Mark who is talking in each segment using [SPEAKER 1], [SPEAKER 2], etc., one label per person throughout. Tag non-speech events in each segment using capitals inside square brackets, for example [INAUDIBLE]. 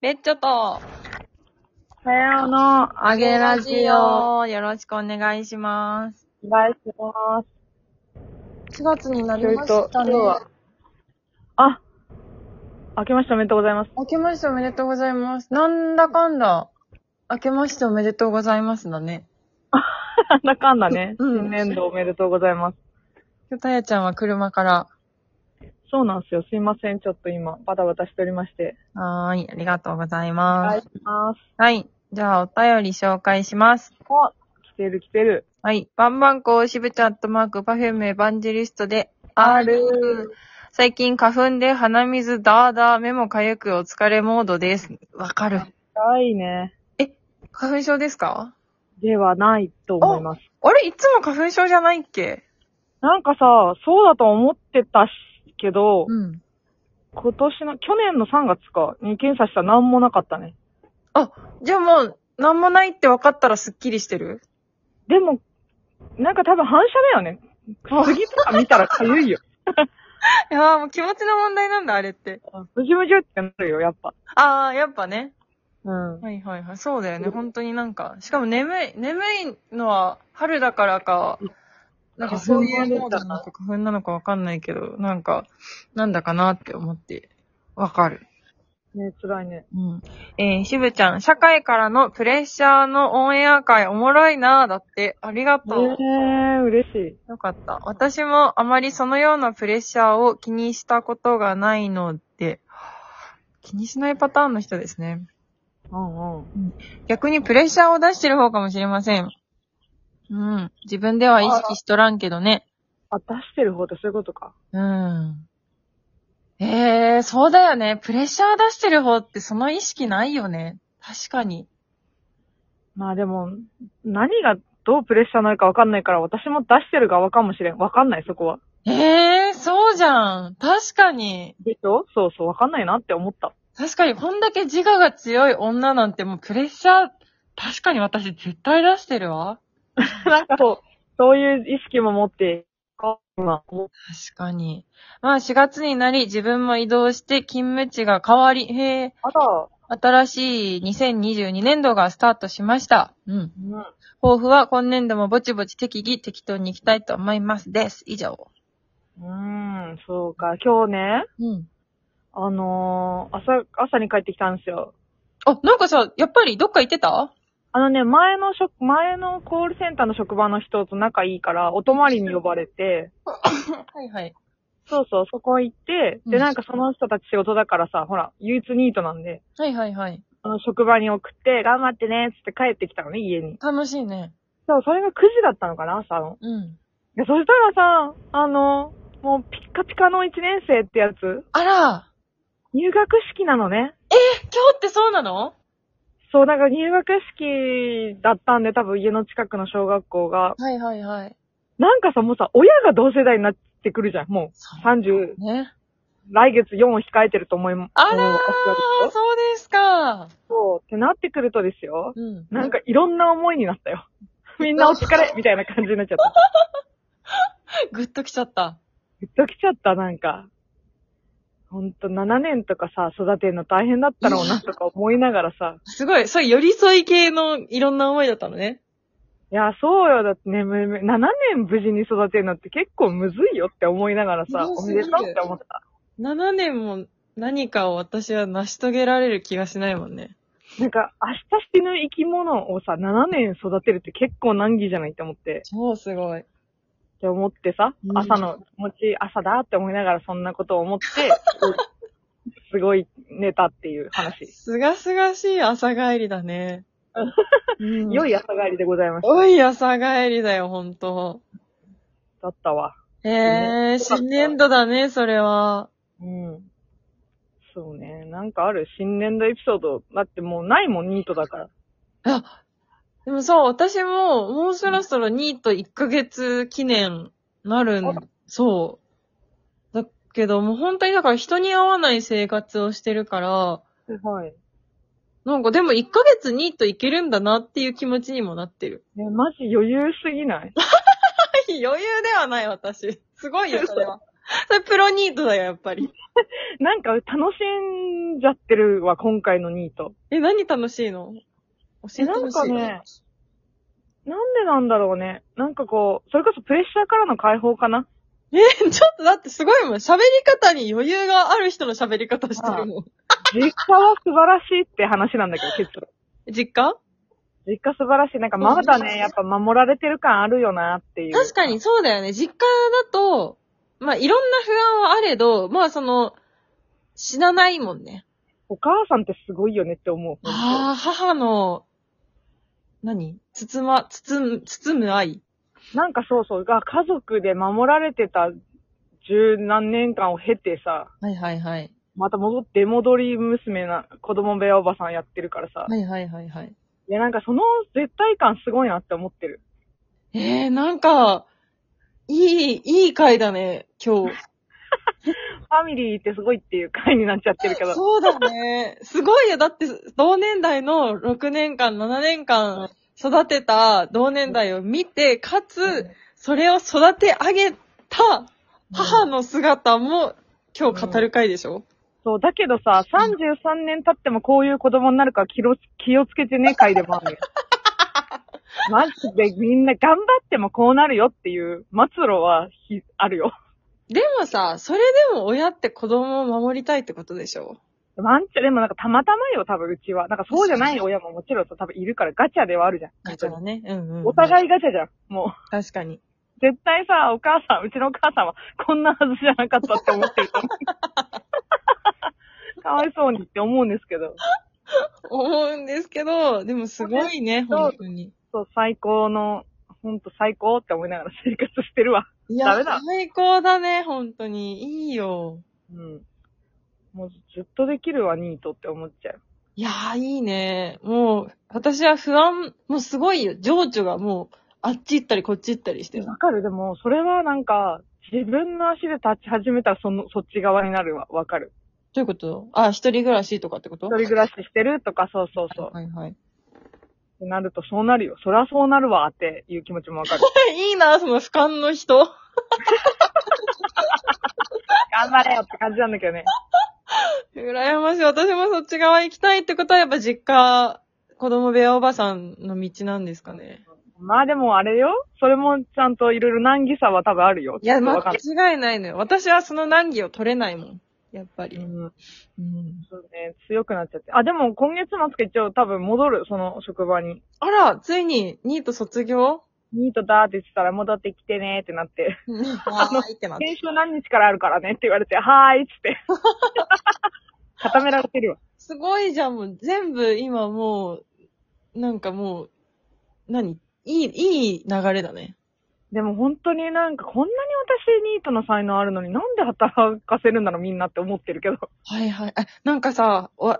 [SPEAKER 1] レッチョと、
[SPEAKER 2] さようの、あげラジオ。お。
[SPEAKER 1] よろしくお願いします。
[SPEAKER 2] 願いしま
[SPEAKER 1] 4月にな
[SPEAKER 2] す。
[SPEAKER 1] りましたね。
[SPEAKER 2] 今日はあ、明けましておめでとうございます。
[SPEAKER 1] 明けましておめでとうございます。なんだかんだ、明けましておめでとうございますだね。
[SPEAKER 2] なんだかんだね。
[SPEAKER 1] うん
[SPEAKER 2] 新年度おめでとうございます。
[SPEAKER 1] 今日たやちゃんは車から、
[SPEAKER 2] そうなんですよ。すいません。ちょっと今、バタバタしておりまして。
[SPEAKER 1] はーい、ありがとうございます。
[SPEAKER 2] ます。
[SPEAKER 1] はい。じゃあ、お便り紹介します。
[SPEAKER 2] あ、来てる来てる。
[SPEAKER 1] はい。バンバンコーしぶちゃんとマーク、パフュームエヴァンジェリストで、R。最近花粉で鼻水ダーダー、目もかゆくお疲れモードです。わかる。
[SPEAKER 2] かわいいね。
[SPEAKER 1] 花粉症ですか
[SPEAKER 2] ではないと思います。
[SPEAKER 1] あれいつも花粉症じゃないっけ
[SPEAKER 2] なんかさ、そうだと思ってたしけど、
[SPEAKER 1] うん。
[SPEAKER 2] 今年の、去年の3月か、に検査したら何もなかったね。
[SPEAKER 1] じゃあもう、なんもないって分かったらスッキリしてる
[SPEAKER 2] でも、なんか多分反射だよね。次とか見たらかゆいよ。
[SPEAKER 1] いやーもう気持ちの問題なんだ、あれって。
[SPEAKER 2] むじゅむじゅってなるよ、やっぱ。
[SPEAKER 1] あー、やっぱね。
[SPEAKER 2] うん。
[SPEAKER 1] はいはいはい。そうだよね、本当になんか。しかも眠い、眠いのは春だからか、なんかそういうモードなのか花粉なのか分かんないけど、なんか、なんだかなって思って、分かる。
[SPEAKER 2] ね、辛いね。
[SPEAKER 1] うん。えー、しぶちゃん、社会からのプレッシャーのオンエア会おもろいなーだって、ありが
[SPEAKER 2] ええ
[SPEAKER 1] とう。
[SPEAKER 2] ー、嬉しい。
[SPEAKER 1] よかった。私もあまりそのようなプレッシャーを気にしたことがないので、気にしないパターンの人ですね。
[SPEAKER 2] うんうん。
[SPEAKER 1] 逆にプレッシャーを出してる方かもしれません。うん。自分では意識しとらんけどね。
[SPEAKER 2] あ、出してる方ってそういうことか。
[SPEAKER 1] うん。ええー、そうだよね。プレッシャー出してる方ってその意識ないよね。確かに。
[SPEAKER 2] まあでも、何がどうプレッシャーなるかわかんないから、私も出してる側かもしれん。わかんない、そこは。
[SPEAKER 1] ええー、そうじゃん。確かに。
[SPEAKER 2] でしょそうそう、わかんないなって思った。
[SPEAKER 1] 確かに、こんだけ自我が強い女なんてもうプレッシャー、確かに私絶対出してるわ。
[SPEAKER 2] なんか [LAUGHS] そう、そういう意識も持って、こう今、
[SPEAKER 1] 確かに。まあ4月になり自分も移動して勤務地が変わり、へえ、
[SPEAKER 2] まだ、
[SPEAKER 1] 新しい2022年度がスタートしました。うん。
[SPEAKER 2] うん。
[SPEAKER 1] 抱負は今年度もぼちぼち適宜適当に行きたいと思います。です。以上。
[SPEAKER 2] うーん、そうか。今日ね、
[SPEAKER 1] うん。
[SPEAKER 2] あのー、朝、朝に帰ってきたんですよ。
[SPEAKER 1] あ、なんかさ、やっぱりどっか行ってた
[SPEAKER 2] あのね、前の職、前のコールセンターの職場の人と仲いいから、お泊まりに呼ばれて、
[SPEAKER 1] はいはい。
[SPEAKER 2] そうそう、そこ行って、
[SPEAKER 1] う
[SPEAKER 2] で、
[SPEAKER 1] ん
[SPEAKER 2] なんかその人たち仕事だからさ、ほら、唯一ニートなんで、
[SPEAKER 1] はいはいはい。
[SPEAKER 2] あの、職場に送って、頑張ってね、つって帰ってきたのね、家に。
[SPEAKER 1] 楽しいね。
[SPEAKER 2] そう、それが9時だったのかな、朝の。
[SPEAKER 1] うん。
[SPEAKER 2] いや、そしたらさ、あの、もうピッカピカの1年生ってやつ、
[SPEAKER 1] あら
[SPEAKER 2] 入学式なのね。
[SPEAKER 1] 今日ってそうなの
[SPEAKER 2] そう、だから入学式だったんで、多分家の近くの小学校が。
[SPEAKER 1] はいはいはい。
[SPEAKER 2] なんかさ、もうさ、親が同世代になってくるじゃん、もう。30、
[SPEAKER 1] ね。
[SPEAKER 2] 来月4を控えてると思います。
[SPEAKER 1] あらー
[SPEAKER 2] 思います
[SPEAKER 1] あー、そうですか。
[SPEAKER 2] そう、ってなってくるとですよ。
[SPEAKER 1] うん。
[SPEAKER 2] なんかいろんな思いになっ
[SPEAKER 1] [LAUGHS]
[SPEAKER 2] たよ。みんなお疲れみたいな感じになっちゃった。
[SPEAKER 1] ぐっときちゃった。
[SPEAKER 2] ぐっときちゃった、なんか。ほんと、7年とかさ、育てるの大変だったろうな、とか思いながらさ。
[SPEAKER 1] すごい。そう、寄り添い系のいろんな思いだったのね。
[SPEAKER 2] いや、そうよ、だってね、むむ7年無事に育てるのって結構むずいよって思いながらさ、
[SPEAKER 1] むず
[SPEAKER 2] お
[SPEAKER 1] す
[SPEAKER 2] め
[SPEAKER 1] ぎる
[SPEAKER 2] でとうって思った。
[SPEAKER 1] 7年も何かを私は成し遂げられる気がしないもんね。
[SPEAKER 2] なんか、明日死ぬ生き物をさ、7年育てるって結構難儀じゃないって思って。
[SPEAKER 1] 超すごい。
[SPEAKER 2] って思ってさ
[SPEAKER 1] う、ん
[SPEAKER 2] 朝の気持ち、朝だって思いながらそんなこと
[SPEAKER 1] [LAUGHS]
[SPEAKER 2] を思って、すごい寝たっていう話。
[SPEAKER 1] すがすがしい朝帰りだ [LAUGHS] ね。うん
[SPEAKER 2] 良い朝帰りでございまし
[SPEAKER 1] 良い朝帰りだよ、ほんと。
[SPEAKER 2] た。だったわ。
[SPEAKER 1] えー、新年度だね、それは。
[SPEAKER 2] うん。そうね。なんかある新年度エピソード。だってもうないもん、ニートだから。
[SPEAKER 1] あ、でもさ、私も、もうそろそろニート1ヶ月記念なるん
[SPEAKER 2] あ、
[SPEAKER 1] そう。だけど、もう本当にだから人に会わない生活をしてるから、
[SPEAKER 2] はい。
[SPEAKER 1] なんかでも1ヶ月ニートいけるんだなっていう気持ちにもなって [LAUGHS] る。
[SPEAKER 2] え、マジ余裕すぎない [LAUGHS]
[SPEAKER 1] 余裕ではない私。すごいよ、それは。それプロニートだよ、やっぱり。
[SPEAKER 2] なんか楽しんじゃってるわ、今回のニート。
[SPEAKER 1] え、何楽しいの教えてほしい。
[SPEAKER 2] なんかねなんでなんだろうね。なんかこう、それこそプレッシャーからの解放かな。
[SPEAKER 1] え、ちょっとだってすごいもん。喋り方に余裕がある人の喋り方してるもん。
[SPEAKER 2] 実家は素晴らしいって話なんだけど、結論。
[SPEAKER 1] 実家
[SPEAKER 2] 実家素晴らしい。なんかまだね、やっぱ守られてる感あるよなっていう。
[SPEAKER 1] 確かにそうだよね。実家だと、まあ、いろんな不安はあれど、まあ、その、死なないもんね。
[SPEAKER 2] お母さんってすごいよねって思う。
[SPEAKER 1] ああ、母の、何包ま、包む、包む愛。
[SPEAKER 2] なんかそうそう、が家族で守られてた十何年間を経てさ、
[SPEAKER 1] はいはいはい。
[SPEAKER 2] また戻って戻り娘な、子供部屋おばさんやってるからさ。
[SPEAKER 1] はいはいはいはい。
[SPEAKER 2] いや、なんかその絶対感すごいなって思ってる。
[SPEAKER 1] えー、なんか、いい、いい回だね、今日。
[SPEAKER 2] ファミリーってすごいっていう回になっちゃってるけど。
[SPEAKER 1] そうだね。すごいよ。だって、同年代の6年間、7年間育てた同年代を見て、かつ、それを育て上げた母の姿も今日語る回でしょ、
[SPEAKER 2] そう、だけどさ、33年経ってもこういう子供になるから気を気をつけてね、回でも [LAUGHS] あるよ。マジでみんな頑張ってもこうなるよっていう末路はひあるよ。
[SPEAKER 1] でもさ、それでも親って子供を守りたいってことでしょ
[SPEAKER 2] ワンチャン、でもなんかたまたまよ、多分うちは。なんかそうじゃない親ももちろんさ、多分いるからガチャではあるじゃん。
[SPEAKER 1] だからね。うんうん、
[SPEAKER 2] お互
[SPEAKER 1] い。
[SPEAKER 2] いガチャじゃん。も
[SPEAKER 1] 確かに。
[SPEAKER 2] う、絶対さ、お母さん、うちのお母さんはこんなはずじゃなかったって思ってると思 [LAUGHS] う。かわいそうにって思うんですけど。
[SPEAKER 1] 思うんですけど、でもすごいね、
[SPEAKER 2] そう
[SPEAKER 1] 本当に。
[SPEAKER 2] そう、最高の、ほんと最高って思いながら [LAUGHS] 生活してるわ。
[SPEAKER 1] い
[SPEAKER 2] ダ
[SPEAKER 1] や、
[SPEAKER 2] メだ
[SPEAKER 1] 最高だね、本当に。いいよ。
[SPEAKER 2] うん。もうずっとできるわ、ニートって思っちゃう。
[SPEAKER 1] いやー、いいね。もう、私は不安、もうすごいよ。情緒がもう、あっち行ったりこっち行ったりしてる。
[SPEAKER 2] わかるでも、それはなんか、自分の足で立ち始めたら、その、そっち側になるわ。わかる。
[SPEAKER 1] どういうことあ、一人暮らしとかってこと
[SPEAKER 2] 一人暮らししてるとか、そうそうそう。っ
[SPEAKER 1] はいはい。
[SPEAKER 2] てなると、そうなるよ。そりゃそうなるわ、っていう気持ちもわかる。 [LAUGHS]
[SPEAKER 1] [LAUGHS] いいな、その俯瞰の人。
[SPEAKER 2] 頑張れよって感じなんだけどね。
[SPEAKER 1] 羨ましい。私もそっち側行きたいってことは、やっぱ実家、子供部屋おばさんの道なんですかね。
[SPEAKER 2] まあでもあれよ。それもちゃんといろいろ難儀さは多分あるよ。
[SPEAKER 1] いや、
[SPEAKER 2] ちょっと
[SPEAKER 1] 間
[SPEAKER 2] わかる。
[SPEAKER 1] 違いないのよ。私はその難儀を取れないもん。やっぱり。
[SPEAKER 2] うん。
[SPEAKER 1] うん、
[SPEAKER 2] そうね。強くなっちゃって。あ、でも今月末一応多分戻る、その職場に。
[SPEAKER 1] あら、ついに、ニート卒業
[SPEAKER 2] ニートだーって言ってたら戻ってきてねーってなって。
[SPEAKER 1] [LAUGHS] あの、入ってます。
[SPEAKER 2] 先週何日からあるからねって言われて、はーいっつって。固められてるわ。
[SPEAKER 1] すごいじゃん、もう全部今もう、なんかもう、何いい、いい流れだね。
[SPEAKER 2] でも本当になんかこんなに私ニートの才能あるのになんで働かせるんだろうみんなって思ってるけど。
[SPEAKER 1] はいはい。あ、なんかさ、お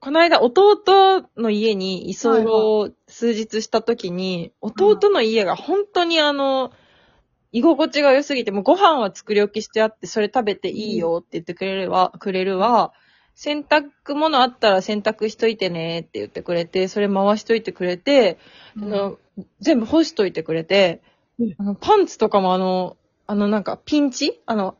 [SPEAKER 1] この間弟の家に居候を数日した時に、弟の家が本当にあの、居心地が良すぎて、もうご飯は作り置きしてあって、それ食べていいよって言ってくれるわ、くれるわ、洗濯物あったら洗濯しといてねって言ってくれて、それ回しといてくれて、あの、全部干しといてくれて
[SPEAKER 2] うん、
[SPEAKER 1] あのパンツとかもあの、あのなんかピンチあの、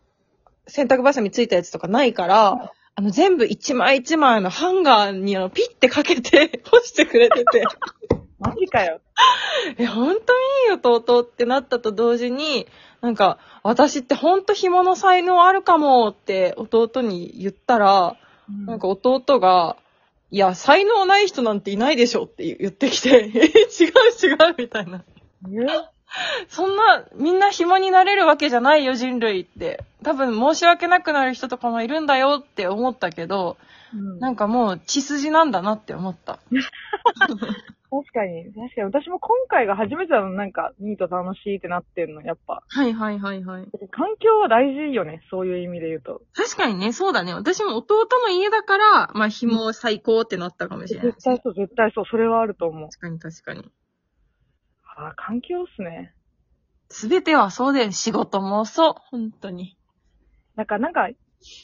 [SPEAKER 1] 洗濯バサミついたやつとかないから、あの全部一枚一枚のハンガーにあのピッてかけて [LAUGHS] 干してくれて
[SPEAKER 2] [LAUGHS]
[SPEAKER 1] て、
[SPEAKER 2] マジかよ。
[SPEAKER 1] え、ほんといいよ、とうとうってなったと同時に、なんか、私ってほんと紐の才能あるかもって弟に言ったら、なんか弟が、いや、才能ない人なんていないでしょって言ってきて、 [LAUGHS] え、違う違うみたいな。
[SPEAKER 2] ね
[SPEAKER 1] そんな、みんな紐になれるわけじゃないよ、人類って。多分、申し訳なくなる人とかもいるんだよって思ったけど、
[SPEAKER 2] うん
[SPEAKER 1] なんかもう、血筋なんだなって思った。
[SPEAKER 2] 確かに、確かに。私も今回が初めてなの、なんか、ニート楽しいってなってんの、やっぱ。
[SPEAKER 1] はいはいはいはい。
[SPEAKER 2] 環境は大事よね、そういう意味で言うと。
[SPEAKER 1] 確かにね、そうだね。私も弟の家だから、まあ、紐最高ってなったかもしれない。確
[SPEAKER 2] 絶対そう、絶対そう、それはあると思う。
[SPEAKER 1] かに確かに。
[SPEAKER 2] ああ、環境っすね。
[SPEAKER 1] すべてはそうで、仕事もそう。本当に。
[SPEAKER 2] なんか、なんか、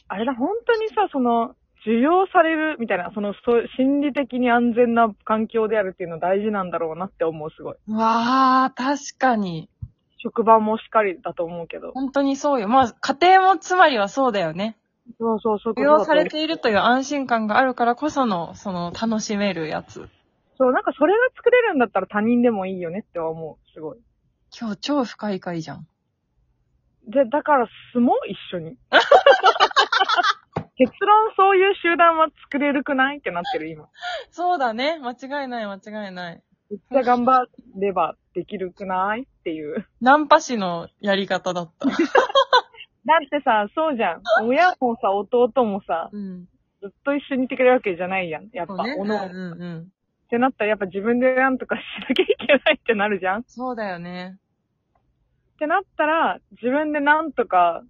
[SPEAKER 2] あれだ、本当にさ、その、受容されるみたいな、その、そう心理的に安全な環境であるっていうの大事なんだろうなって思う、すごい。
[SPEAKER 1] わー、確かに。
[SPEAKER 2] 職場もしっかりだと思うけど。
[SPEAKER 1] 本当にそうよ。まあ、家庭もつまりはそうだよね。
[SPEAKER 2] そうそう、そ
[SPEAKER 1] 扶
[SPEAKER 2] ういうことだと思
[SPEAKER 1] 養
[SPEAKER 2] う
[SPEAKER 1] されているという安心感があるからこその、その、楽しめるやつ。
[SPEAKER 2] そう、なんかそれが作れるんだったら他人でもいいよねっては思う。すごい。
[SPEAKER 1] 今日超深い回じゃん。
[SPEAKER 2] で、だから住もう、一緒に。 [LAUGHS] 結論、そういう集団は作れるくないってなってる、今。
[SPEAKER 1] そうだね。間違いない、間違いない。
[SPEAKER 2] めっちゃ頑張ればできるくないっていう。
[SPEAKER 1] ナンパ師のやり方だった。
[SPEAKER 2] だってさ、そうじゃん。親もさ、弟もさ、
[SPEAKER 1] うん。
[SPEAKER 2] ずっと一緒にいてくれるわけじゃないやん。やっぱ、
[SPEAKER 1] そうね。
[SPEAKER 2] お
[SPEAKER 1] うん
[SPEAKER 2] のおの
[SPEAKER 1] うんうん。
[SPEAKER 2] ってなったら、やっぱ自分でなんとかしなきゃいけないってなるじゃんっ
[SPEAKER 1] そうだよね。
[SPEAKER 2] てなったら、自分でなんとか、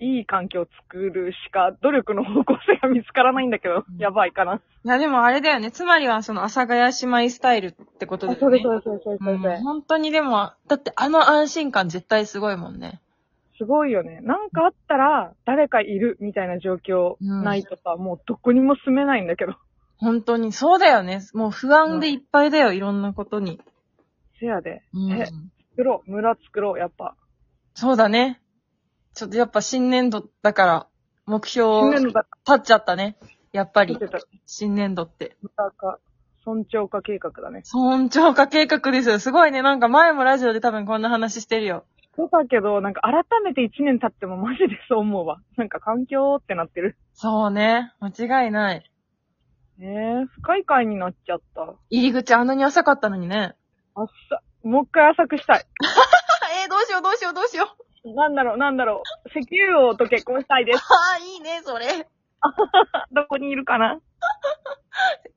[SPEAKER 2] いい環境を作るしか、努力の方向性が見つからないんだけど
[SPEAKER 1] う、ん
[SPEAKER 2] やばいかな。
[SPEAKER 1] いや、でもあれだよね。つまりは、その、阿佐ヶ谷姉妹スタイルってことだよね。
[SPEAKER 2] そうです、そうです、そうです、そううんです。
[SPEAKER 1] 本当にでも、だってあの安心感絶対すごいもんね。
[SPEAKER 2] すごいよね。なんかあったら、誰かいるみたいな状況
[SPEAKER 1] うん
[SPEAKER 2] ないとさ、もうどこにも住めないんだけど。
[SPEAKER 1] 本当に。そうだよね。もう不安でいっぱいだよ、いろんなことに。
[SPEAKER 2] せやで。
[SPEAKER 1] うん
[SPEAKER 2] え作ろう。村作ろう、やっぱ。
[SPEAKER 1] そうだね。ちょっとやっぱ新年度だから、目
[SPEAKER 2] みん
[SPEAKER 1] 標
[SPEAKER 2] な
[SPEAKER 1] 立
[SPEAKER 2] のだ、
[SPEAKER 1] っちゃったね。やっぱ
[SPEAKER 2] 立
[SPEAKER 1] り
[SPEAKER 2] て、た、
[SPEAKER 1] 新年度って。
[SPEAKER 2] 村か、村長化計画だね。
[SPEAKER 1] 尊重化計画ですよ。すごいね。なんか前もラジオで多分こんな話してるよ。
[SPEAKER 2] そうだけど、なんか改めて1年経ってもマジでそう思うわ。 [LAUGHS] なんか環境ってなってる。
[SPEAKER 1] そうね。間違いない。
[SPEAKER 2] ねえ、深い回になっちゃった。
[SPEAKER 1] 入り口あんなに浅かったのにね。 [LAUGHS]
[SPEAKER 2] あっさ、もう一回浅くしたい。
[SPEAKER 1] えー、どうしようどうしようどうしよう。
[SPEAKER 2] なんだろう、なんだろう。石油王と結婚したいです。 [LAUGHS]
[SPEAKER 1] ああ、いいね、それ。
[SPEAKER 2] どこにいるかな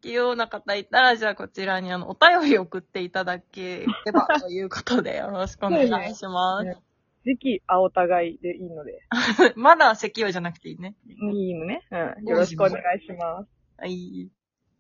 [SPEAKER 1] 器用な方いたら、じゃあこちらにあの、お便り送っていただければということで、よろしくお願いします。
[SPEAKER 2] ね時期、あ、お互いでいいので。
[SPEAKER 1] [LAUGHS] まだ石油じゃなくていいね。
[SPEAKER 2] いいのね。うん。よろしくお願いします。
[SPEAKER 1] はい。